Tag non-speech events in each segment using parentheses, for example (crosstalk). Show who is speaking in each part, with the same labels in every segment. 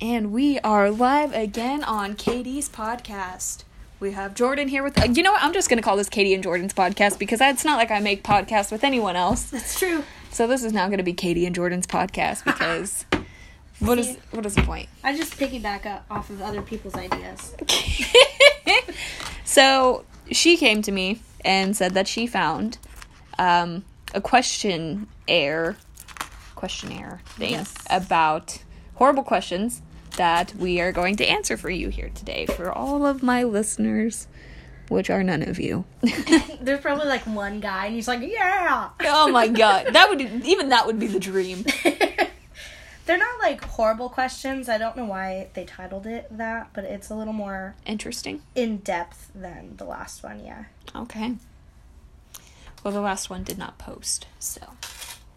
Speaker 1: And we are live again on Katie's podcast. We have Jordan here with. You know what? I'm just going to call this Katie and Jordan's podcast because it's not like I make podcasts with anyone else.
Speaker 2: That's true.
Speaker 1: So this is now going to be Katie and Jordan's podcast because what is what is the point?
Speaker 2: I just piggyback up off of other people's ideas.
Speaker 1: so she came to me and said that she found um, a questionnaire questionnaire thing
Speaker 2: Yes.
Speaker 1: about horrible questions that we are going to answer for you here today for all of my listeners which are none of you
Speaker 2: There's probably like one guy, and he's like, "Yeah."
Speaker 1: (laughs) oh my god that would even that would be the dream
Speaker 2: They're not like horrible questions. I don't know why they titled it that, but it's a little more
Speaker 1: interesting
Speaker 2: in depth than the last one. Yeah.
Speaker 1: okay well the last one did not post so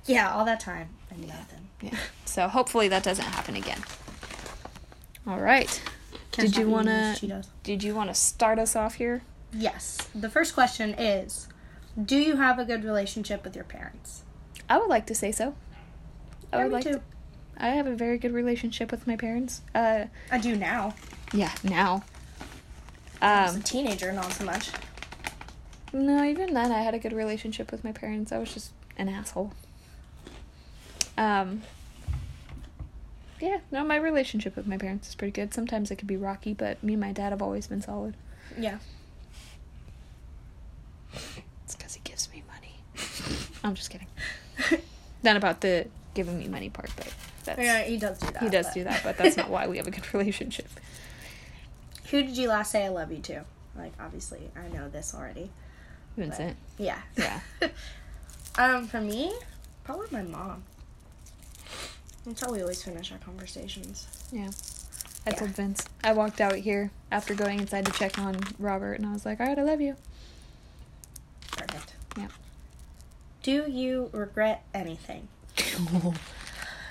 Speaker 2: Yeah, all that time and nothing.
Speaker 1: yeah (laughs) so hopefully that doesn't happen again all right Did you wanna-
Speaker 2: Cheetos.
Speaker 1: did you want to start us off here
Speaker 2: Yes. The first question is, do you have a good relationship with your parents?
Speaker 1: I would like to say so. I
Speaker 2: Yeah,
Speaker 1: would
Speaker 2: me
Speaker 1: like
Speaker 2: too.
Speaker 1: to. I have a very good relationship with my parents. Uh,
Speaker 2: I do now.
Speaker 1: yeah, now.
Speaker 2: As a
Speaker 1: Um,
Speaker 2: teenager, not so much.
Speaker 1: no, even then I had a good relationship with my parents. I was just an asshole. Um, yeah, no, my relationship with my parents is pretty good. Sometimes it could be rocky, but me and my dad have always been solid.
Speaker 2: Yeah.
Speaker 1: It's because he gives me money. (laughs) I'm just kidding. Not about the giving me money part, but that's
Speaker 2: (laughs) yeah, he does do that.
Speaker 1: he does
Speaker 2: but-
Speaker 1: do that. But (laughs) that's not why
Speaker 2: (laughs)
Speaker 1: we have a good relationship.
Speaker 2: Who did you last say I love you to? Like, obviously, I know this already.
Speaker 1: Vincent.
Speaker 2: Yeah.
Speaker 1: Yeah.
Speaker 2: (laughs) um, for me, probably my mom. That's how we always finish our conversations.
Speaker 1: Yeah. I
Speaker 2: Yeah.
Speaker 1: told Vince. I walked out here after going inside to check on Robert, and I was like, all right, I love you.
Speaker 2: Perfect.
Speaker 1: Yeah.
Speaker 2: Do you regret anything?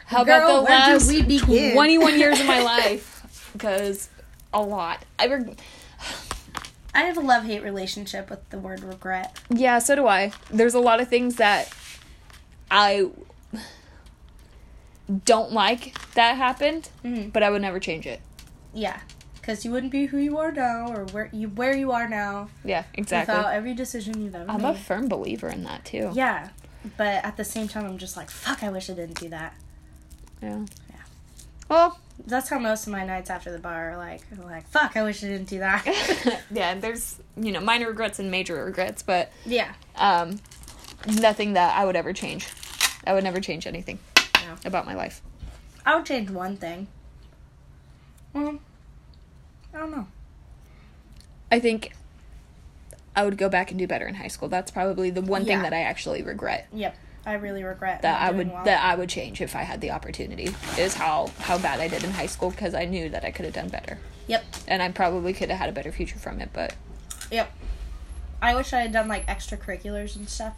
Speaker 1: How
Speaker 2: Girl,
Speaker 1: about the
Speaker 2: where do
Speaker 1: last
Speaker 2: we begin?
Speaker 1: 21 years of my (laughs) life? Because a lot. I reg- (sighs)
Speaker 2: I have a love hate relationship with the word regret.
Speaker 1: yeah, so do I. There's a lot of things that I don't like that happened,
Speaker 2: Mhm.
Speaker 1: but I would never change it.
Speaker 2: Yeah. Because you wouldn't be who you are now or where you where you are now
Speaker 1: Yeah, exactly.
Speaker 2: without every decision you've ever
Speaker 1: I'm a
Speaker 2: made.
Speaker 1: firm believer in that too.
Speaker 2: yeah. But at the same time, I'm just like, fuck, I wish I didn't do that.
Speaker 1: Yeah.
Speaker 2: Yeah.
Speaker 1: Well, (laughs)
Speaker 2: That's how most of my nights after the bar are like, I'm like, fuck, I wish I didn't
Speaker 1: (laughs)
Speaker 2: do that. (laughs)
Speaker 1: yeah, there's, you know, minor regrets and major regrets, but
Speaker 2: yeah.
Speaker 1: um, nothing that I would ever change. I would never change anything
Speaker 2: No.
Speaker 1: about my life.
Speaker 2: I would change one thing. Well, I don't know.
Speaker 1: I think I would go back and do better in high school. That's probably the one thing
Speaker 2: Yeah.
Speaker 1: that I actually regret
Speaker 2: Yep. I really regret
Speaker 1: that
Speaker 2: not
Speaker 1: I
Speaker 2: doing
Speaker 1: would
Speaker 2: well.
Speaker 1: that I would change if I had the opportunity is how how bad I did in high school because I knew that I could have done better
Speaker 2: Yep.
Speaker 1: and I probably could have had a better future from it. But
Speaker 2: Yep. I wish I had done like extracurriculars and stuff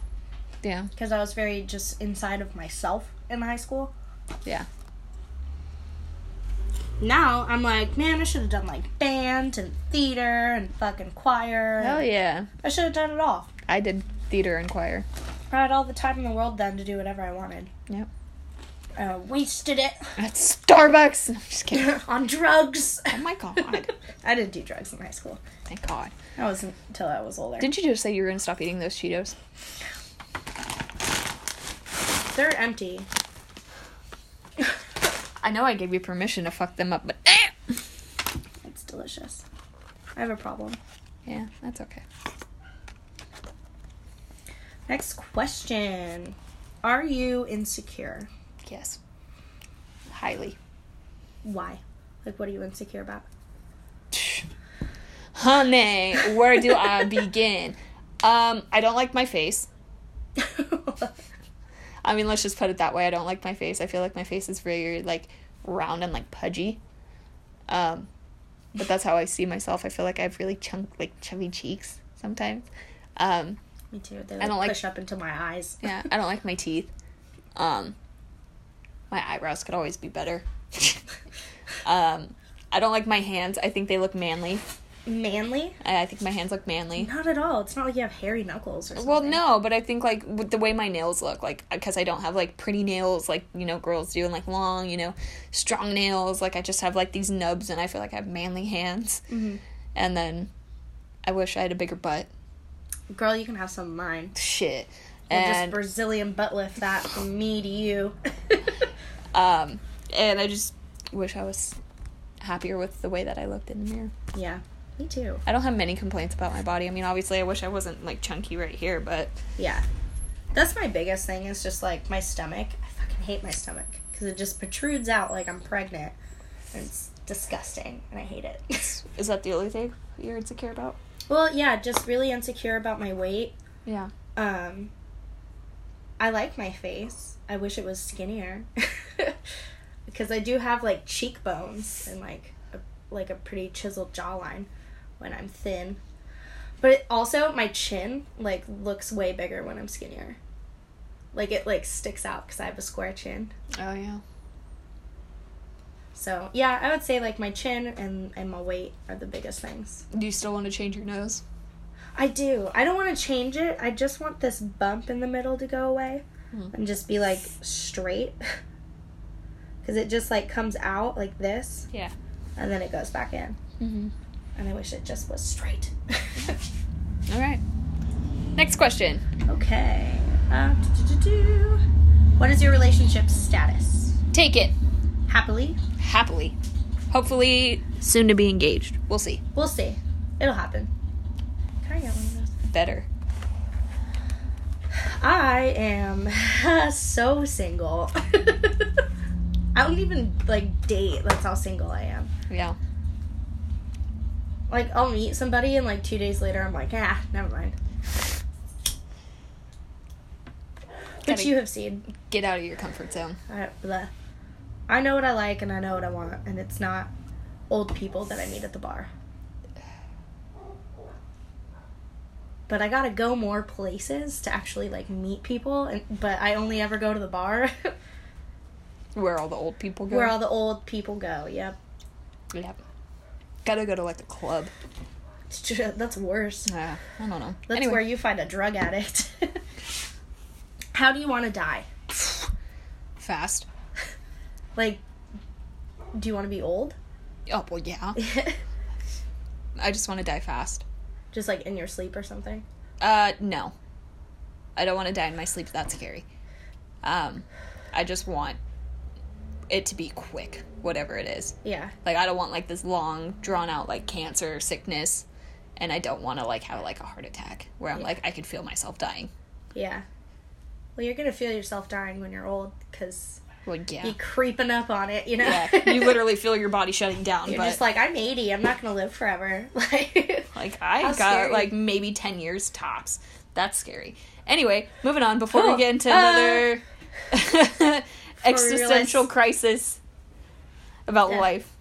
Speaker 1: yeah,
Speaker 2: because I was very just inside of myself in high school.
Speaker 1: yeah,
Speaker 2: Now I'm like, man, I should have done like band and theater and fucking choir.
Speaker 1: hell yeah,
Speaker 2: I should have done it all.
Speaker 1: I did theater and choir.
Speaker 2: I had all the time in the world then to do whatever I wanted.
Speaker 1: Yep,
Speaker 2: Uh, wasted it
Speaker 1: at Starbucks. No, I'm just (laughs) kidding.
Speaker 2: on drugs.
Speaker 1: Oh my god,
Speaker 2: I didn't do drugs in high school.
Speaker 1: thank God.
Speaker 2: That wasn't until I was older.
Speaker 1: Didn't you just say you were gonna stop eating those Cheetos?
Speaker 2: They're empty.
Speaker 1: I know I gave you permission to fuck them up, but eh.
Speaker 2: It's delicious. I have a problem.
Speaker 1: yeah, that's okay.
Speaker 2: Next question. Are you insecure?
Speaker 1: Yes, highly.
Speaker 2: Why? Like, what are you insecure about?
Speaker 1: (sighs)
Speaker 2: (laughs)
Speaker 1: Honey, where do I (laughs) begin? Um, I don't like my face. I mean, let's just put it that way. I don't like my face. I feel like my face is very like round and like pudgy. Um, but that's how I see myself. I feel like I have really chunk like chubby cheeks sometimes. Um,
Speaker 2: Me too. They
Speaker 1: don't like-
Speaker 2: like, push up into my eyes.
Speaker 1: yeah, I don't like my teeth. Um, my eyebrows could (laughs) always be better. um, I don't like my hands. I think they look manly.
Speaker 2: Manly?
Speaker 1: I, I think my hands look manly.
Speaker 2: Not at all. It's not like you have hairy knuckles or something.
Speaker 1: Well, no, but I think like with the way my nails look, like because I don't have like pretty nails like you know girls do, and like long, you know, strong nails. Like I just have like these nubs, and I feel like I have manly hands.
Speaker 2: Mhm.
Speaker 1: And then, I wish I had a bigger butt.
Speaker 2: Girl, you can have some of mine.
Speaker 1: Shit.
Speaker 2: We'll
Speaker 1: And
Speaker 2: just Brazilian butt lift that from me to you. (laughs)
Speaker 1: um, and I just wish I was happier with the way that I looked in the mirror.
Speaker 2: yeah, me too.
Speaker 1: I don't have many complaints about my body. I mean, obviously, I wish I wasn't like chunky right here, but
Speaker 2: Yeah. That's my biggest thing is just like my stomach. I fucking hate my stomach because it just protrudes out like I'm pregnant. And it's disgusting and I hate it. (laughs)
Speaker 1: is that the only thing you're insecure about?
Speaker 2: well, yeah, just really insecure about my weight.
Speaker 1: Yeah.
Speaker 2: Um, I like my face. I wish it was skinnier (laughs) because I do have like cheekbones and like a, like a pretty chiseled jawline when I'm thin. But it, also my chin like looks way bigger when I'm skinnier. Like it like sticks out because I have a square chin.
Speaker 1: Oh yeah.
Speaker 2: So yeah, I would say like my chin and and my weight are the biggest things.
Speaker 1: Do you still want to change your nose?
Speaker 2: I do. I don't want to change it. I just want this bump in the middle to go away
Speaker 1: Mhm.
Speaker 2: and just be like straight. (laughs) Cuz it just like comes out like this
Speaker 1: Yeah.
Speaker 2: and then it goes back in.
Speaker 1: Mm-hmm.
Speaker 2: And I wish it just was straight.
Speaker 1: All right. Next question.
Speaker 2: okay. Uh, do-do-do-do. what is your relationship status?
Speaker 1: Take it
Speaker 2: Happily?
Speaker 1: happily. Hopefully, soon to be engaged. We'll see.
Speaker 2: We'll see. It'll happen. Can I get one of those?
Speaker 1: Better.
Speaker 2: I am (laughs) so single. (laughs) I don't even like date. That's how single I am.
Speaker 1: Yeah.
Speaker 2: Like I'll meet somebody and like two days later I'm like, ah, never mind. Which
Speaker 1: Gotta-
Speaker 2: you have seen.
Speaker 1: Get out of your comfort zone.
Speaker 2: I, bleh. I know what I like and I know what I want, and it's not old people that I meet at the bar. But I gotta go more places to actually like meet people, and but I only ever go to the bar (laughs)
Speaker 1: Where all the old people go.
Speaker 2: where all the old people go. Yep,
Speaker 1: Yep. Gotta go to like a club.
Speaker 2: It's ju- that's worse.
Speaker 1: Uh, I don't know.
Speaker 2: That's
Speaker 1: anyway,
Speaker 2: where you find a drug addict. (laughs) How do you want to die?
Speaker 1: (sighs) fast.
Speaker 2: Like, do you want to be old? (laughs)
Speaker 1: Oh well, yeah. I just want to die fast.
Speaker 2: Just like in your sleep or something.
Speaker 1: Uh, no. I don't want to die in my sleep. That's scary. Um, I just want it to be quick, whatever it is.
Speaker 2: Yeah.
Speaker 1: Like I don't want like this long, drawn out like cancer sickness, and I don't want to like have like a heart attack where I'm like I could feel myself dying.
Speaker 2: Yeah. Well, you're gonna feel yourself dying when you're old, cause
Speaker 1: Well, yeah,
Speaker 2: you creeping up on it, you know.
Speaker 1: yeah.
Speaker 2: (laughs)
Speaker 1: You literally feel your body shutting down.
Speaker 2: You're
Speaker 1: but
Speaker 2: just like, I'm 80. I'm not gonna live forever. (laughs) Like,
Speaker 1: like I
Speaker 2: How
Speaker 1: got
Speaker 2: scary.
Speaker 1: like maybe ten years tops. That's scary. Anyway, moving on before
Speaker 2: Cool.
Speaker 1: we get into
Speaker 2: Uh,
Speaker 1: (laughs) another existential
Speaker 2: realize-
Speaker 1: crisis about
Speaker 2: Yeah.
Speaker 1: life.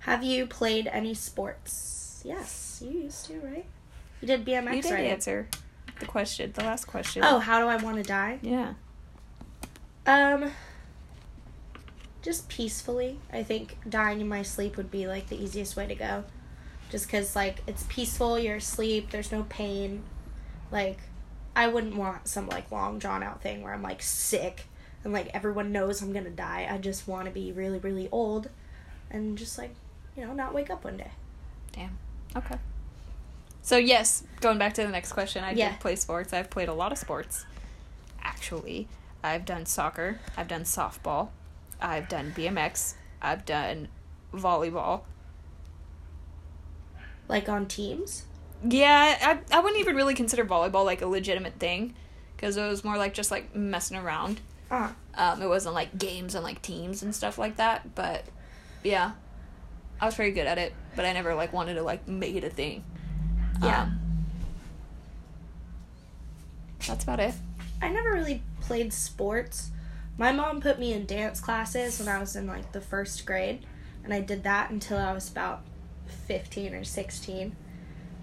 Speaker 2: have you played any sports? Yes, you used to, right? You did BMX,
Speaker 1: You did
Speaker 2: right?
Speaker 1: answer the question, the last question.
Speaker 2: Oh, how do I want to die?
Speaker 1: yeah.
Speaker 2: Um, just peacefully. I think dying in my sleep would be like the easiest way to go. Just because, like, it's peaceful, you're asleep, there's no pain. Like, I wouldn't want some, like, long drawn out thing where I'm, like, sick and, like, everyone knows I'm gonna die. I just want to be really, really old and just, like, you know, not wake up one day.
Speaker 1: Damn. Okay. So yes, going back to the next question, I
Speaker 2: Yeah.
Speaker 1: did play sports. I've played a lot of sports. Actually, I've done soccer. I've done softball. I've done BMX. I've done volleyball.
Speaker 2: Like, on teams?
Speaker 1: Yeah, I I wouldn't even really consider volleyball like a legitimate thing, because it was more like just like messing around.
Speaker 2: Ah,
Speaker 1: Um, it wasn't like games and like teams and stuff like that. But yeah, I was pretty good at it, but I never like wanted to like make it a thing.
Speaker 2: yeah.
Speaker 1: Um, that's about it.
Speaker 2: I never really played sports. My mom put me in dance classes when I was in like the first grade, and I did that until I was about 15 or 16.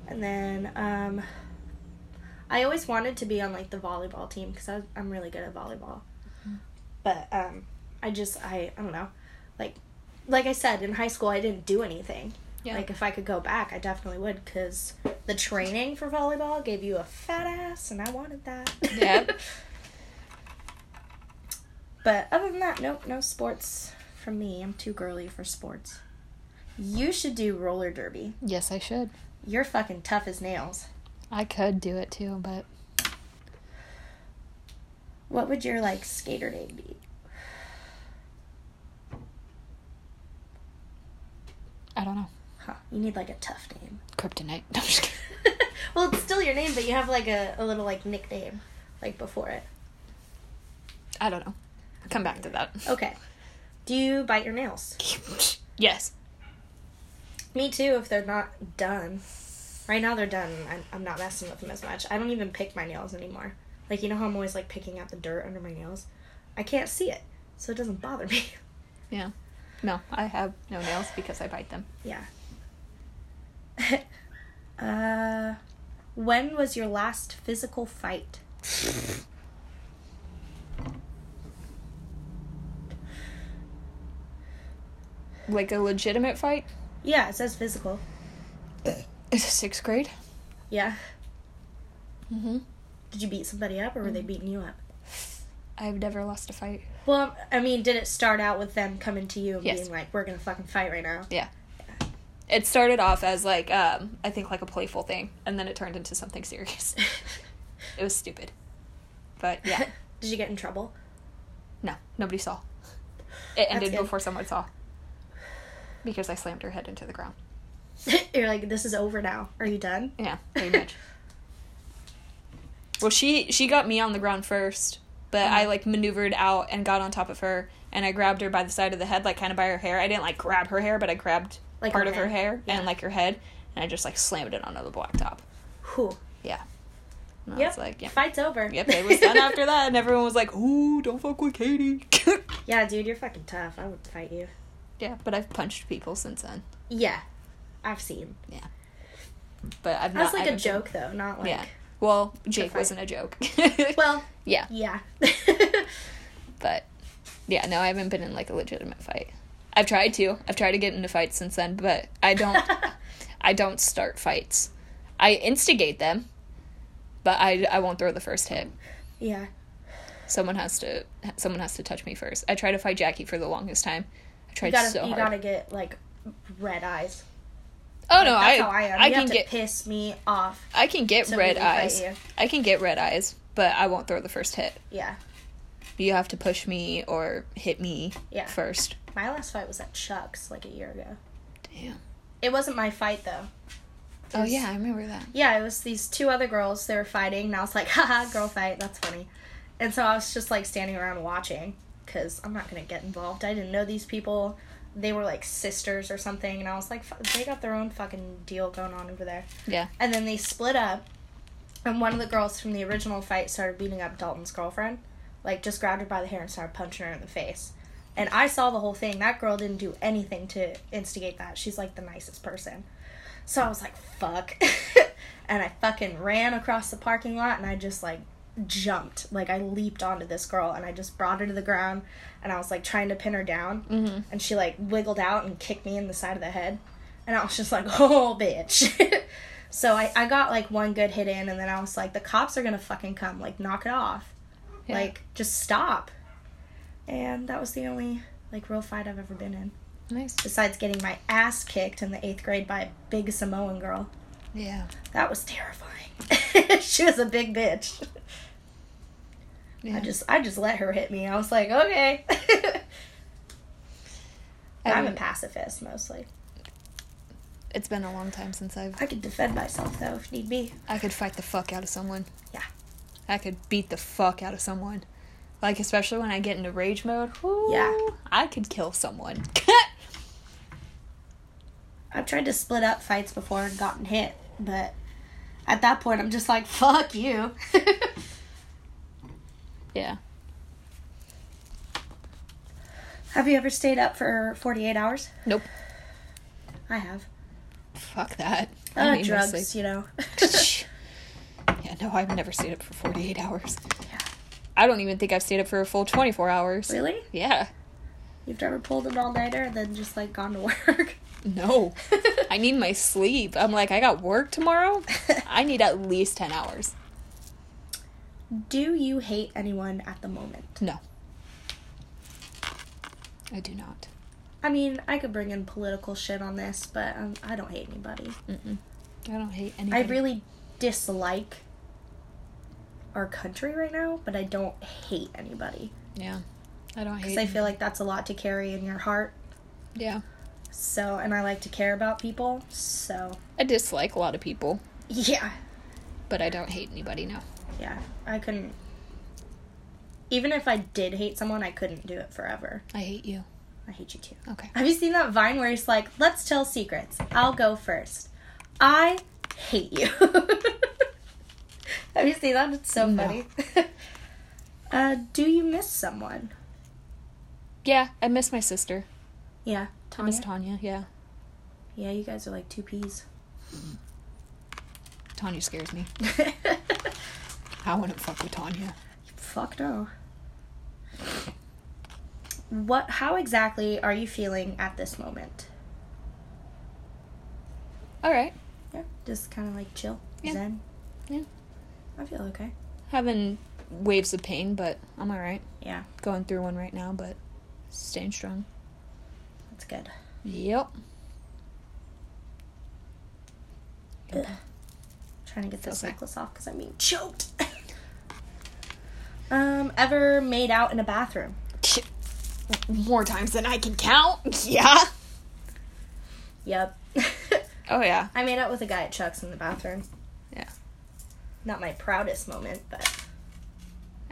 Speaker 2: And then um, I always wanted to be on like the volleyball team because I'm really good at volleyball. But um, I just I I don't know, like like I said in high school I didn't do anything.
Speaker 1: Yeah.
Speaker 2: Like if I could go back, I definitely would because the training for volleyball gave you a fat ass, and I wanted that.
Speaker 1: Yep.
Speaker 2: (laughs) but other than that, nope, no sports from me. I'm too girly for sports. You should do roller derby.
Speaker 1: yes, I should.
Speaker 2: You're fucking tough as nails.
Speaker 1: I could do it too, but
Speaker 2: What would your like skater name be?
Speaker 1: I don't know.
Speaker 2: Huh? You need like a tough
Speaker 1: (laughs)
Speaker 2: name.
Speaker 1: Kryptonite. No, I'm just kidding.
Speaker 2: well, it's still your name, but you have like a, a little like nickname, like before it.
Speaker 1: I don't know. Come back to that.
Speaker 2: Okay. Do you bite your nails?
Speaker 1: (laughs) yes.
Speaker 2: Me too, if they're not done. Right now they're done. and I'm, I'm not messing with them as much. I don't even pick my nails anymore. Like, you know how I'm always like picking out the dirt under my nails? I can't see it, so it doesn't bother me. (laughs)
Speaker 1: Yeah. No, I have no nails because I bite them.
Speaker 2: yeah. (laughs) uh, when was your last physical fight?
Speaker 1: Like a legitimate (clears throat) fight?
Speaker 2: Yeah, it says physical.
Speaker 1: It's sixth grade.
Speaker 2: Yeah.
Speaker 1: Mm-hmm.
Speaker 2: Did you beat somebody up or were they beating you up?
Speaker 1: I've never lost a fight.
Speaker 2: Well, I mean, did it start out with them coming to you and
Speaker 1: Yes.
Speaker 2: being like, we're gonna fucking fight right now?
Speaker 1: Yeah. It started off as like um, I think like a playful thing, and then it turned into something (laughs) serious. it was stupid, but (laughs) yeah,
Speaker 2: (laughs) Did you get in trouble?
Speaker 1: no, nobody saw. It ended
Speaker 2: good.
Speaker 1: before someone saw, because I slammed her head into the ground.
Speaker 2: (laughs) You're like, this is over now. Are you done? (laughs)
Speaker 1: Yeah, pretty much. well, she she got me on the ground first, but
Speaker 2: Uh-huh.
Speaker 1: I like maneuvered out and got on top of her, and I grabbed her by the side of the head, like kind of by her hair. I didn't like grab her hair, but I grabbed
Speaker 2: Like
Speaker 1: part
Speaker 2: her
Speaker 1: of her
Speaker 2: head.
Speaker 1: hair and like her head, and I just like slammed it onto the blacktop.
Speaker 2: Whew.
Speaker 1: Yeah. And I
Speaker 2: Yep.
Speaker 1: was like, yeah.
Speaker 2: Fight's over.
Speaker 1: Yep, it was done after that, and everyone was like, ooh, don't fuck with Katie.
Speaker 2: (laughs)
Speaker 1: (laughs)
Speaker 2: Yeah, dude, you're fucking tough. I would fight you.
Speaker 1: yeah, but I've punched people since then.
Speaker 2: Yeah, I've seen.
Speaker 1: Yeah. But I've not.
Speaker 2: That's like
Speaker 1: I
Speaker 2: a
Speaker 1: haven't
Speaker 2: joke though, not like.
Speaker 1: been- yeah. Well, Jake
Speaker 2: fight.
Speaker 1: wasn't a joke.
Speaker 2: Well,
Speaker 1: (laughs) yeah.
Speaker 2: yeah. (laughs)
Speaker 1: But, yeah, no, I haven't been in like a legitimate fight. I've tried to. I've tried to get into fights since then, but I
Speaker 2: (laughs)
Speaker 1: don't. I don't start fights. I instigate them, but I I won't throw the first hit.
Speaker 2: yeah.
Speaker 1: someone has to someone has to touch me first. I tried to fight Jackie for the longest time. I
Speaker 2: You
Speaker 1: tried
Speaker 2: gotta,
Speaker 1: so
Speaker 2: you
Speaker 1: hard.
Speaker 2: gotta get like red eyes.
Speaker 1: oh no,
Speaker 2: That's
Speaker 1: I
Speaker 2: how I am.
Speaker 1: I
Speaker 2: you
Speaker 1: can
Speaker 2: have to
Speaker 1: get
Speaker 2: piss me off.
Speaker 1: I can get
Speaker 2: to
Speaker 1: red
Speaker 2: really fight
Speaker 1: eyes.
Speaker 2: you.
Speaker 1: I can get red eyes, but I won't throw the first hit.
Speaker 2: Yeah.
Speaker 1: You have to push me or hit me
Speaker 2: Yeah.
Speaker 1: first.
Speaker 2: My last fight was at Chuck's like a year ago.
Speaker 1: Damn.
Speaker 2: It wasn't my fight though.
Speaker 1: Oh
Speaker 2: There's-
Speaker 1: yeah, I remember that.
Speaker 2: yeah, it was these two other girls. They were fighting, and I was like, (laughs) haha, girl fight, that's funny. And so I was just like standing around watching because I'm not going to get involved. I didn't know these people. They were like sisters or something, and I was like, "F- they got their own fucking deal going on over there.
Speaker 1: Yeah.
Speaker 2: And then they split up, and one of the girls from the original fight started beating up Dalton's girlfriend. Like, just grabbed her by the hair and started punching her in the face. And I saw the whole thing. That girl didn't do anything to instigate that. She's like the nicest person. So I was like, fuck. (laughs) and I fucking ran across the parking lot and I just like jumped. Like I leaped onto this girl and I just brought her to the ground and I was like trying to pin her down. Mm-hmm. And she like wiggled out and kicked me in the side of the head. And I was just like, (laughs) oh, bitch. (laughs) so I, I got like one good hit in and then I was like, the cops are gonna fucking come. Like, knock it off.
Speaker 1: Yeah.
Speaker 2: Like, just stop. And that was the only like real fight I've ever been in
Speaker 1: nice.
Speaker 2: besides getting my ass kicked in the eighth grade by a big Samoan girl.
Speaker 1: Yeah.
Speaker 2: That was terrifying. (laughs) she was a big bitch.
Speaker 1: Yeah.
Speaker 2: I just I just let her hit me. I was like, okay. (laughs) I'm a
Speaker 1: haven't-
Speaker 2: pacifist mostly.
Speaker 1: it's been a long time since I've
Speaker 2: I could defend myself though if need be.
Speaker 1: I could fight the fuck out of someone.
Speaker 2: Yeah.
Speaker 1: I could beat the fuck out of someone. Like especially when I get into rage mode. Whoo,
Speaker 2: Yeah.
Speaker 1: I could kill someone. (laughs)
Speaker 2: I've tried to split up fights before and gotten hit, but at that point I'm just like, fuck you. (laughs)
Speaker 1: yeah.
Speaker 2: have you ever stayed up for 48 hours?
Speaker 1: Nope.
Speaker 2: I have.
Speaker 1: Fuck that. I
Speaker 2: Uh,
Speaker 1: don't even
Speaker 2: drugs,
Speaker 1: sleep.
Speaker 2: you
Speaker 1: (laughs)
Speaker 2: know. (laughs)
Speaker 1: yeah, no, I've never stayed up for 48 hours.
Speaker 2: Yeah.
Speaker 1: I don't even think I've stayed up for a full 24 hours.
Speaker 2: really?
Speaker 1: Yeah.
Speaker 2: You've never pulled an all nighter and then just like gone to (laughs) work. (laughs)
Speaker 1: No. I need my sleep. I'm like, I got work
Speaker 2: (laughs)
Speaker 1: tomorrow. I need at least 10 hours.
Speaker 2: Do you hate anyone at the moment?
Speaker 1: No. I do not.
Speaker 2: I mean, I could bring in political shit on this, but um, I don't hate anybody.
Speaker 1: Mm-mm. I don't hate
Speaker 2: I
Speaker 1: anybody.
Speaker 2: really dislike our country right now, but I don't hate anybody.
Speaker 1: Yeah. I don't hate.
Speaker 2: Because I feel like that's a lot to carry in your heart.
Speaker 1: yeah.
Speaker 2: So, and I like to care about people. So,
Speaker 1: I dislike a lot of people,
Speaker 2: yeah.
Speaker 1: but I don't hate anybody now.
Speaker 2: Yeah. I couldn't. Even if I did hate someone, I couldn't do it forever.
Speaker 1: I hate you.
Speaker 2: I hate you too.
Speaker 1: Okay.
Speaker 2: Have you seen that Vine where he's like, let's tell secrets? I'll go first. I hate you. (laughs) Have you seen that? It's so
Speaker 1: No.
Speaker 2: funny. (laughs) uh, do you miss someone?
Speaker 1: Yeah, I miss my sister.
Speaker 2: Yeah.
Speaker 1: I miss Tanya. Yeah.
Speaker 2: Yeah, you guys are like two peas. (laughs)
Speaker 1: Tanya scares me. I wouldn't fuck with Tanya.
Speaker 2: Fuck no. What? How exactly are you feeling at this moment?
Speaker 1: All right.
Speaker 2: Yeah, just kind of like chill,
Speaker 1: Yeah.
Speaker 2: zen.
Speaker 1: Yeah.
Speaker 2: I feel okay.
Speaker 1: Having waves of pain, but I'm all right.
Speaker 2: Yeah,
Speaker 1: Going through one right now, but staying strong.
Speaker 2: that's good.
Speaker 1: Yep.
Speaker 2: Ugh. Trying to get this
Speaker 1: Okay.
Speaker 2: necklace off because I'm being choked. (laughs) um, ever made out in a bathroom?
Speaker 1: (laughs) More times than I can count. (laughs) Yeah.
Speaker 2: Yep.
Speaker 1: Oh yeah.
Speaker 2: (laughs) I made out with a guy at Chuck's in the bathroom.
Speaker 1: Yeah.
Speaker 2: Not my proudest moment, but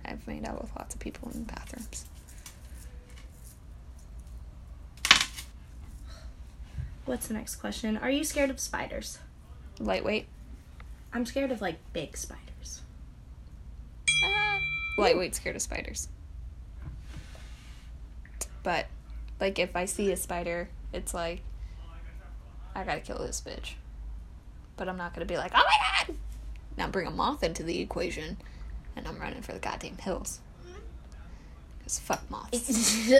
Speaker 1: I've made out with lots of people in bathrooms.
Speaker 2: what's the next question? Are you scared of spiders?
Speaker 1: Lightweight.
Speaker 2: I'm scared of like big spiders. (laughs)
Speaker 1: Ah. Lightweight scared of spiders. But like if I see a spider, it's like I gotta kill this bitch. But I'm not gonna be like, oh my god! Now bring a moth into the equation, and I'm running for the goddamn hills. Cause fuck moths.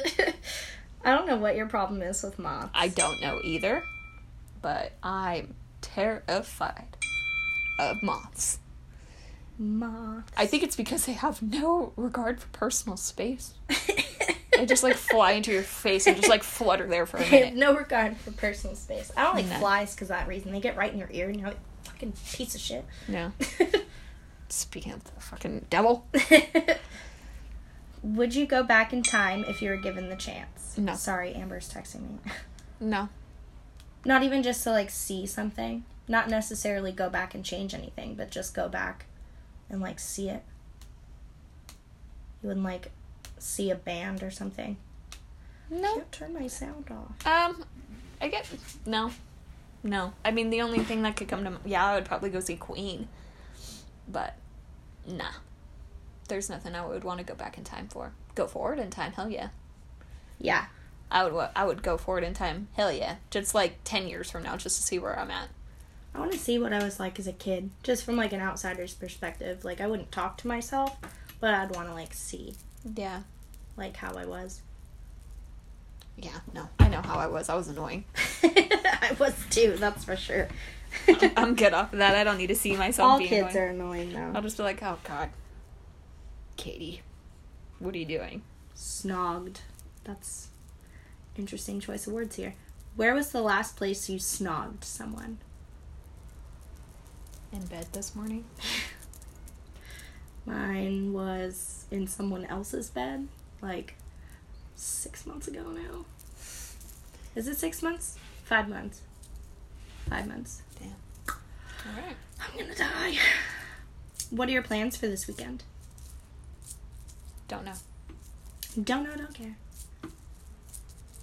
Speaker 2: I don't know what your problem is with moths.
Speaker 1: I don't know either, but I'm terrified of moths.
Speaker 2: moth. (laughs)
Speaker 1: I think it's because they have no regard for personal space. They just like fly into your face and just like flutter there for a
Speaker 2: I
Speaker 1: (laughs)
Speaker 2: have
Speaker 1: minute.
Speaker 2: no regard for personal space. I don't like
Speaker 1: No.
Speaker 2: flies because that reason. They get right in your ear and you're like, fucking piece of shit. (laughs)
Speaker 1: Yeah. Speaking of the fucking devil,
Speaker 2: Would you go back in time if you were given the chance?
Speaker 1: No.
Speaker 2: Sorry, Amber's texting me. (laughs)
Speaker 1: no,
Speaker 2: Not even just to like see something. Not necessarily go back and change anything, but just go back and like see it. You wouldn't like see a band or something.
Speaker 1: no.
Speaker 2: Can't turn my sound off.
Speaker 1: Um, I get no, no. I mean, the only thing that could come to m- yeah, I would probably go see Queen, but nah. There's nothing I would want to go back in time for. Go forward in time, hell yeah.
Speaker 2: Yeah.
Speaker 1: I would wa- I would go forward in time, hell yeah. Just like ten years from now, just to see where I'm at.
Speaker 2: I want to see what I was like as a kid, just from like an outsider's perspective. Like I wouldn't talk to myself, but I'd want to like see
Speaker 1: Yeah,
Speaker 2: like how I was. (laughs)
Speaker 1: yeah. No, I know how I was. I was annoying.
Speaker 2: I was too, that's for sure.
Speaker 1: (laughs) I'm good off of that. I don't need to see myself.
Speaker 2: All
Speaker 1: being
Speaker 2: kids
Speaker 1: annoying.
Speaker 2: are annoying
Speaker 1: I'll
Speaker 2: though.
Speaker 1: just be like, oh god, Katie, what are you doing?
Speaker 2: Snogged. That's interesting choice of words here. Where was the last place you snogged someone?
Speaker 1: In bed this morning.
Speaker 2: Mine was in someone else's bed, like six months ago now. Is it six months? Five months. Five months.
Speaker 1: Damn. All right.
Speaker 2: I'm gonna die. What are your plans for this weekend?
Speaker 1: Don't know.
Speaker 2: Don't know, don't care.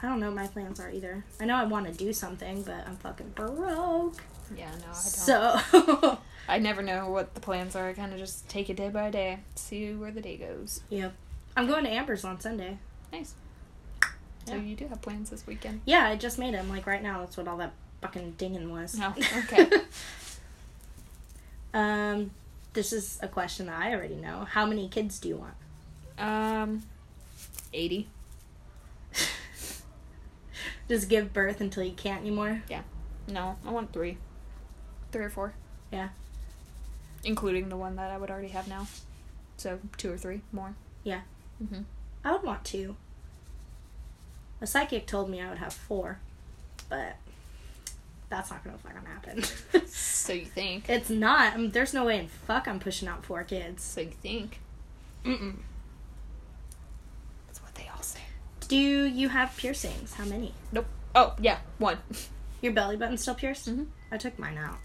Speaker 2: I don't know what my plans are either. I know I want to do something, but I'm fucking broke.
Speaker 1: Yeah, no, I don't.
Speaker 2: So, (laughs)
Speaker 1: I never know what the plans are. I kind of just take it day by day, see where the day goes.
Speaker 2: yep. I'm going to Amber's on Sunday.
Speaker 1: Nice. So
Speaker 2: Yeah.
Speaker 1: you do have plans this weekend.
Speaker 2: Yeah, I just made him. Like right now, that's what all that fucking dinging was. (laughs)
Speaker 1: No, okay.
Speaker 2: um, this is a question that I already know. How many kids do you want?
Speaker 1: Um, eighty.
Speaker 2: (laughs) Just give birth until you can't anymore.
Speaker 1: Yeah. No, I want three. Three or four.
Speaker 2: Yeah.
Speaker 1: Including the one that I would already have now. So two or three more.
Speaker 2: Yeah.
Speaker 1: Mm-hmm.
Speaker 2: I would want two. A psychic told me I would have four, but that's not gonna fucking happen. (laughs)
Speaker 1: So you think.
Speaker 2: it's not. I mean, there's no way in fuck I'm pushing out four kids.
Speaker 1: So you think.
Speaker 2: Mm-mm.
Speaker 1: That's what they all say.
Speaker 2: Do you have piercings? How many?
Speaker 1: Nope. Oh, yeah. One.
Speaker 2: Your belly button still pierced?
Speaker 1: Mhm.
Speaker 2: I took mine out.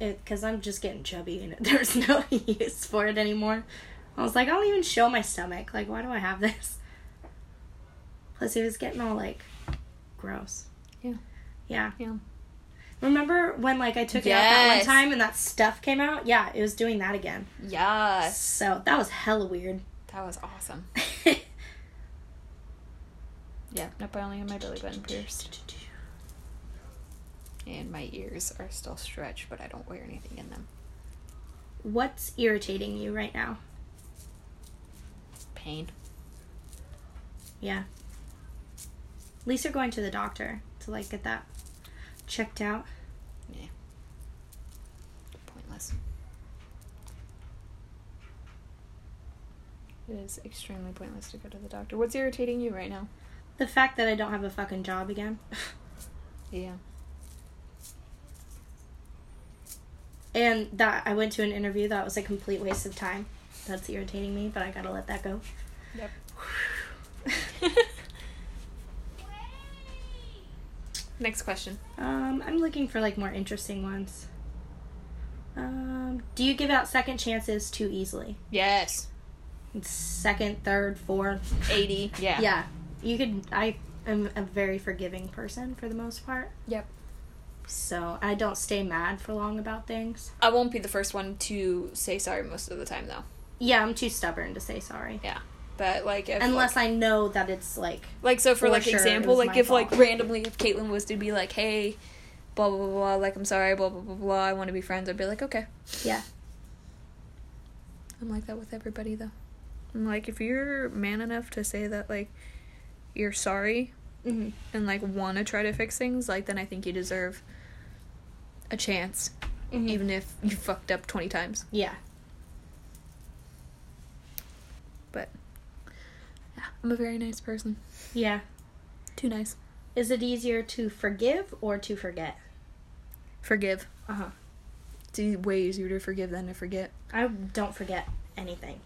Speaker 2: It because I'm just getting chubby and (laughs) there's no use for it anymore. I was like, I don't even show my stomach. Like, why do I have this? Plus, it was getting all like gross.
Speaker 1: Yeah.
Speaker 2: Yeah.
Speaker 1: Yeah.
Speaker 2: Remember when like I took it out that one
Speaker 1: Yes.
Speaker 2: time and that stuff came out? Yeah, it was doing that again.
Speaker 1: Yes.
Speaker 2: So that was hella weird. (laughs)
Speaker 1: That was awesome. Yeah. Nope, I only have my belly button pierced. And my ears are still stretched, but I don't wear anything in them.
Speaker 2: What's irritating you right now?
Speaker 1: Pain.
Speaker 2: Yeah. At least you're going to the doctor to like get that checked out.
Speaker 1: Yeah. Pointless. It is extremely pointless to go to the doctor. What's irritating you right now?
Speaker 2: The fact that I don't have a fucking job again. (laughs)
Speaker 1: Yeah.
Speaker 2: and that I went to an interview that was a complete waste of time. That's irritating me, but I gotta let that go. (laughs)
Speaker 1: Yep. (laughs) Next question.
Speaker 2: um, I'm looking for like more interesting ones. Um, do you give out second chances too easily?
Speaker 1: Yes.
Speaker 2: It's second, third, fourth.
Speaker 1: 80. Yeah.
Speaker 2: Yeah. You could I am a very forgiving person for the most part.
Speaker 1: Yep.
Speaker 2: So I don't stay mad for long about things.
Speaker 1: I won't be the first one to say sorry most of the time, though.
Speaker 2: Yeah, I'm too stubborn to say sorry.
Speaker 1: Yeah. But, like, if, like,
Speaker 2: Unless I know that it's like
Speaker 1: Like so for
Speaker 2: For
Speaker 1: like
Speaker 2: sure, it
Speaker 1: example,
Speaker 2: was
Speaker 1: like
Speaker 2: my
Speaker 1: if
Speaker 2: fault.
Speaker 1: like randomly if Caitlin was to be like, hey, blah blah blah, blah like I'm sorry, blah blah blah blah, I want to be friends, I'd be like, okay.
Speaker 2: yeah.
Speaker 1: I'm like that with everybody though. I'm like if you're man enough to say that like you're sorry
Speaker 2: Mm-hmm.
Speaker 1: and like want to try to fix things, like then I think you deserve a chance, even if you fucked up twenty times.
Speaker 2: Mm-hmm. yeah.
Speaker 1: But yeah, I'm a very nice person.
Speaker 2: Yeah.
Speaker 1: Too nice.
Speaker 2: Is it easier to forgive or to forget?
Speaker 1: Forgive.
Speaker 2: Uh-huh.
Speaker 1: It's way easier to forgive than to forget.
Speaker 2: I don't forget anything.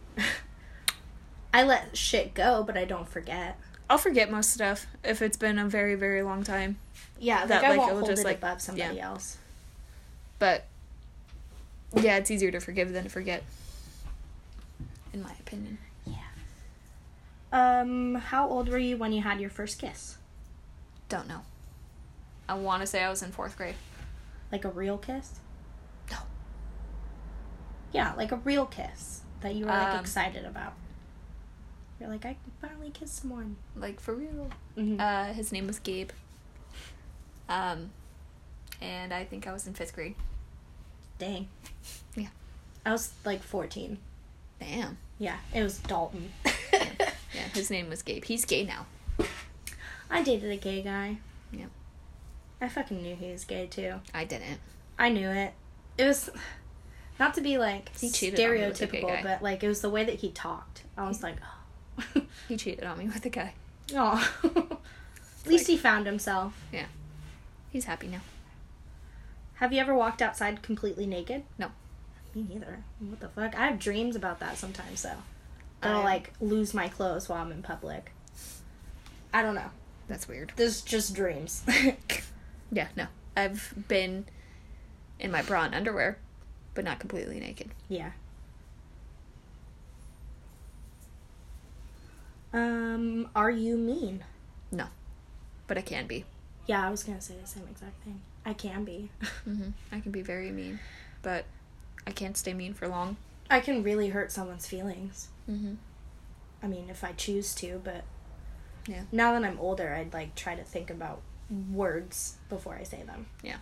Speaker 2: (laughs) I let shit go, but I don't forget.
Speaker 1: I'll forget most stuff if it's been a very, very long time.
Speaker 2: Yeah, like
Speaker 1: That,
Speaker 2: I
Speaker 1: like,
Speaker 2: won't
Speaker 1: it'll
Speaker 2: hold
Speaker 1: just,
Speaker 2: it
Speaker 1: like-
Speaker 2: above somebody
Speaker 1: yeah.
Speaker 2: else.
Speaker 1: But yeah, it's easier to forgive than to forget. In my opinion.
Speaker 2: Um, how old were you when you had your first kiss?
Speaker 1: Don't know. I want to say I was in fourth grade.
Speaker 2: Like a real kiss?
Speaker 1: No.
Speaker 2: Yeah, like a real kiss that you were like
Speaker 1: Um,
Speaker 2: excited about. You're like, I finally kissed someone.
Speaker 1: Like for real.
Speaker 2: Mm-hmm.
Speaker 1: Uh, his name was Gabe. Um, and I think I was in fifth grade.
Speaker 2: Dang.
Speaker 1: Yeah.
Speaker 2: I was like 14.
Speaker 1: Damn.
Speaker 2: Yeah, it
Speaker 1: (laughs)
Speaker 2: was Dalton.
Speaker 1: Yeah, his name was Gabe. He's gay now.
Speaker 2: I dated a gay guy.
Speaker 1: Yeah.
Speaker 2: I fucking knew he was gay too.
Speaker 1: I didn't.
Speaker 2: I knew it. It was (sighs) not to be like
Speaker 1: He cheated on me with a gay guy.
Speaker 2: stereotypical, but like it was the way that he talked. I was like, oh. (laughs)
Speaker 1: He cheated on me (laughs) with a guy.
Speaker 2: Aw. At least he found himself.
Speaker 1: Yeah. He's happy now.
Speaker 2: Have you ever walked outside completely naked?
Speaker 1: No.
Speaker 2: Me neither. What the fuck? I have dreams about that sometimes though. That I'll
Speaker 1: I'm-
Speaker 2: like lose my clothes while I'm in public. I don't know.
Speaker 1: That's weird.
Speaker 2: There's just dreams. (laughs)
Speaker 1: Yeah, no. I've been in my bra and underwear, but not completely naked.
Speaker 2: yeah. Um, are you mean?
Speaker 1: No. But I can be.
Speaker 2: Yeah, I was gonna say the same exact thing. I can be. (laughs)
Speaker 1: hmm I can be very mean, but I can't stay mean for long.
Speaker 2: I can really hurt someone's feelings.
Speaker 1: Mm-hmm.
Speaker 2: I mean, if I choose to, but
Speaker 1: Yeah.
Speaker 2: now that I'm older, I'd like try to think about words before I say them.
Speaker 1: Yeah.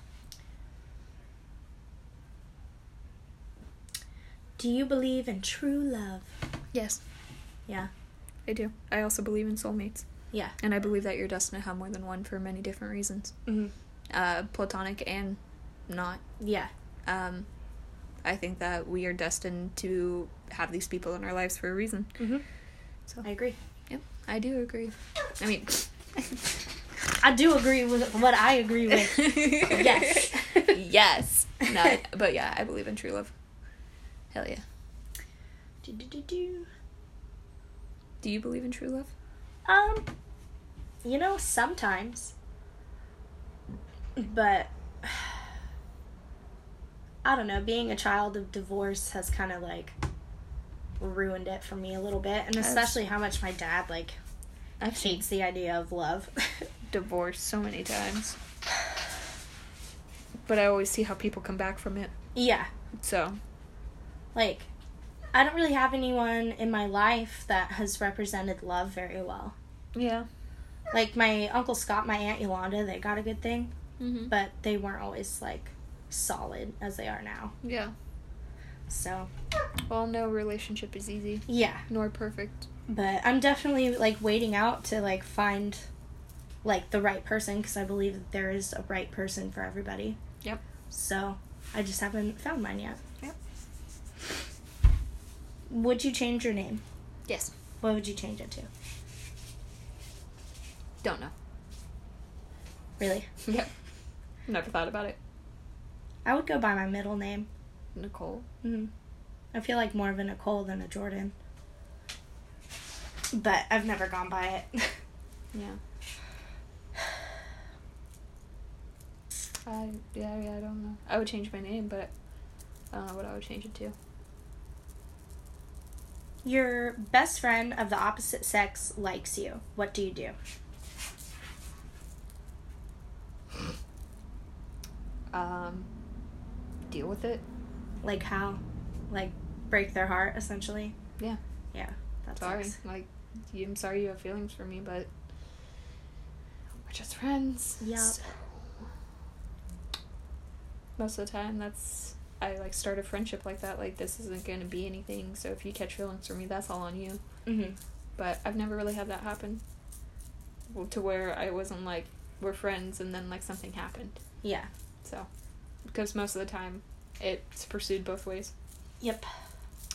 Speaker 2: Do you believe in true love?
Speaker 1: Yes,
Speaker 2: Yeah.
Speaker 1: I do. I also believe in soulmates.
Speaker 2: Yeah.
Speaker 1: And I believe that you're destined to have more than one for many different reasons,
Speaker 2: Mm-hmm.
Speaker 1: uh, platonic and not.
Speaker 2: Yeah.
Speaker 1: Um, I think that we are destined to have these people in our lives for a reason.
Speaker 2: Mm-hmm.
Speaker 1: So
Speaker 2: I agree.
Speaker 1: Yep, I do agree. I mean, (laughs)
Speaker 2: I do agree with what I agree (laughs) with.
Speaker 1: (laughs) yes, yes. No, (laughs) but yeah, I believe in true love. Hell yeah.
Speaker 2: do, do, do, do.
Speaker 1: Do you believe in true love?
Speaker 2: Um, you know, sometimes. But (sighs) I don't know, being a child of divorce has kind of like ruined it for me a little bit, and
Speaker 1: Yes.
Speaker 2: especially how much my dad like
Speaker 1: I've
Speaker 2: hates the idea of love. (laughs)
Speaker 1: divorced so many times, but I always see how people come back from it.
Speaker 2: yeah,
Speaker 1: So
Speaker 2: like I don't really have anyone in my life that has represented love very well.
Speaker 1: yeah.
Speaker 2: Like my uncle Scott, my aunt Yolanda, they got a good thing,
Speaker 1: Mm-hmm.
Speaker 2: but they weren't always like solid as they are now.
Speaker 1: Yeah.
Speaker 2: So,
Speaker 1: Well, no relationship is easy
Speaker 2: yeah,
Speaker 1: nor perfect.
Speaker 2: but I'm definitely like waiting out to like find like the right person because I believe that there is a right person for everybody.
Speaker 1: Yep.
Speaker 2: So I just haven't found mine yet.
Speaker 1: Yep.
Speaker 2: Would you change your name?
Speaker 1: Yes.
Speaker 2: What would you change it to?
Speaker 1: Don't know.
Speaker 2: Really?
Speaker 1: (laughs) Yep. Never thought about it.
Speaker 2: I would go by my middle name.
Speaker 1: Nicole.
Speaker 2: hmm I feel like more of a Nicole than a Jordan. But I've never gone by it. (laughs)
Speaker 1: Yeah. I yeah, yeah I don't know. I would change my name, but I don't know what I would change it to.
Speaker 2: Your best friend of the opposite sex likes you. What do you do?
Speaker 1: Um, deal with it.
Speaker 2: Like how? Like break their heart essentially?
Speaker 1: Yeah.
Speaker 2: Yeah. That
Speaker 1: Sorry,
Speaker 2: sucks.
Speaker 1: like you- I'm sorry you have feelings for me, but we're just friends.
Speaker 2: Yup.
Speaker 1: so- Most of the time, that's I like start a friendship like that. Like this isn't gonna be anything. So if you catch feelings for me, that's all on you.
Speaker 2: Mm-hmm.
Speaker 1: but I've never really had that happen. Well, to where I wasn't like we're friends and then like something happened.
Speaker 2: Yeah.
Speaker 1: So because most of the time it's pursued both ways.
Speaker 2: Yep.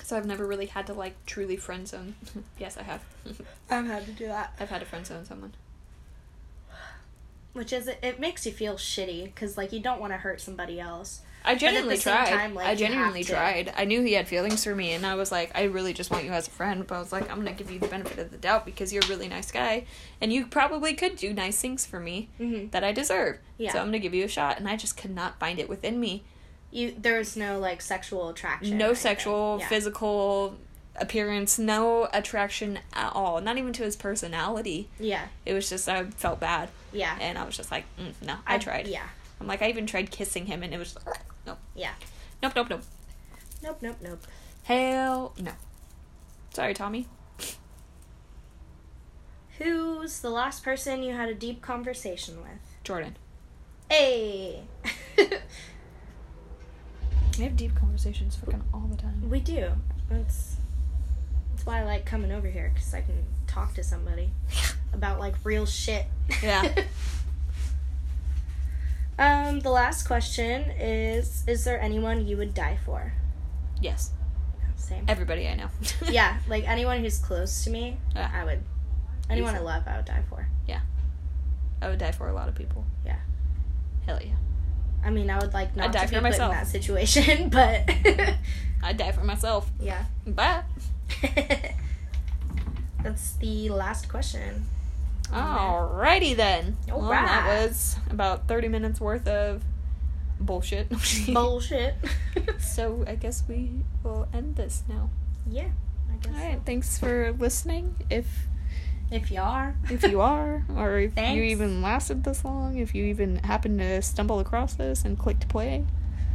Speaker 1: So I've never really had to like truly friend zone. (laughs) yes, I have.
Speaker 2: I've had to do that.
Speaker 1: I've had to friend zone someone.
Speaker 2: Which is it makes you feel shitty because like you don't want to hurt somebody else.
Speaker 1: I
Speaker 2: at the
Speaker 1: genuinely
Speaker 2: same
Speaker 1: tried.
Speaker 2: time, like,
Speaker 1: I
Speaker 2: you
Speaker 1: genuinely
Speaker 2: have to.
Speaker 1: tried. I knew he had feelings for me, and I was like, I really just want you as a friend. But I was like, I'm gonna give you the benefit of the doubt because you're a really nice guy, and you probably could do nice things for me
Speaker 2: Mm-hmm.
Speaker 1: that I deserve.
Speaker 2: Yeah.
Speaker 1: So I'm gonna give you a shot, and I just could not find it within me.
Speaker 2: You there's no like sexual attraction. or
Speaker 1: no
Speaker 2: anything.
Speaker 1: sexual,
Speaker 2: Yeah.
Speaker 1: physical appearance, no attraction at all. Not even to his personality.
Speaker 2: Yeah.
Speaker 1: It was just I felt bad,
Speaker 2: Yeah.
Speaker 1: and I was just like, mm, no, I tried.
Speaker 2: Yeah.
Speaker 1: I'm like I even tried kissing him, and it was nope, nope,
Speaker 2: Yeah.
Speaker 1: nope, nope, nope.
Speaker 2: Nope. Nope. Nope.
Speaker 1: Hell no. Sorry, Tommy.
Speaker 2: Who's the last person you had a deep conversation with?
Speaker 1: Jordan.
Speaker 2: Hey. (laughs)
Speaker 1: We have deep conversations fucking all the time.
Speaker 2: we do. That's that's why I like coming over here because I can talk to somebody about like real shit.
Speaker 1: Yeah.
Speaker 2: (laughs) um. The last question is: Is there anyone you would die for?
Speaker 1: (laughs) yes.
Speaker 2: Same.
Speaker 1: Everybody I know. (laughs)
Speaker 2: yeah. Like anyone who's close to me,
Speaker 1: Yeah.
Speaker 2: I would. Anyone I
Speaker 1: Easy.
Speaker 2: love, I would die for.
Speaker 1: I would die for a lot of people.
Speaker 2: Yeah.
Speaker 1: Hell yeah.
Speaker 2: I mean, I would like not
Speaker 1: die
Speaker 2: to be
Speaker 1: for
Speaker 2: put in
Speaker 1: myself.
Speaker 2: that situation, (laughs) but
Speaker 1: I'd die for myself.
Speaker 2: yeah. (laughs)
Speaker 1: Bye.
Speaker 2: That's the
Speaker 1: (laughs)
Speaker 2: last question.
Speaker 1: Alrighty then.
Speaker 2: All
Speaker 1: well, that
Speaker 2: right.
Speaker 1: was about 30 minutes worth of bullshit. (laughs)
Speaker 2: Bullshit.
Speaker 1: so I guess we will end this now.
Speaker 2: (laughs) yeah, I guess.
Speaker 1: Alright, thanks for listening. If
Speaker 2: If you are,
Speaker 1: if you
Speaker 2: (laughs)
Speaker 1: are, or if
Speaker 2: Thanks.
Speaker 1: you even lasted this long, if you even happened to stumble across this and clicked play,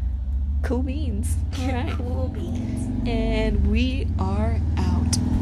Speaker 1: (laughs) cool beans. Alright.
Speaker 2: cool beans.
Speaker 1: and we are out.